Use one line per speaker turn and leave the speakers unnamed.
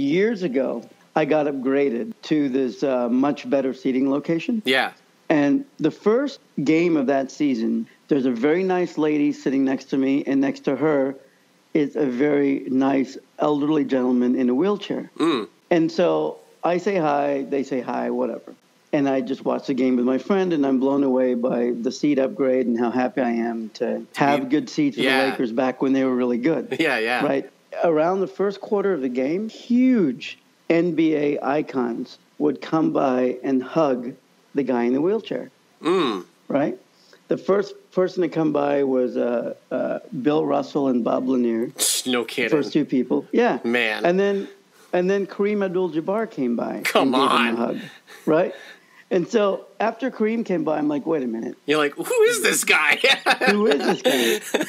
Years ago, I got upgraded to this uh, much better seating location.
Yeah.
And the first game of that season, there's a very nice lady sitting next to me, and next to her is a very nice elderly gentleman in a wheelchair.
Mm.
And so I say hi, they say hi, whatever. And I just watch the game with my friend, and I'm blown away by the seat upgrade and how happy I am to have good seats for
Yeah.
the Lakers back when they were really good.
Yeah. Yeah.
Right. Around the first quarter of the game, huge NBA icons would come by and hug the guy in the wheelchair.
Mm.
Right. The first person to come by was uh, uh, Bill Russell and Bob Lanier.
No kidding.
First two people. Yeah.
Man.
And then and then Kareem Abdul Jabbar came by.
Come
and gave him
on.
a hug. Right? And so after Kareem came by, I'm like, wait a minute,
You're like, who is this guy?
who is this guy?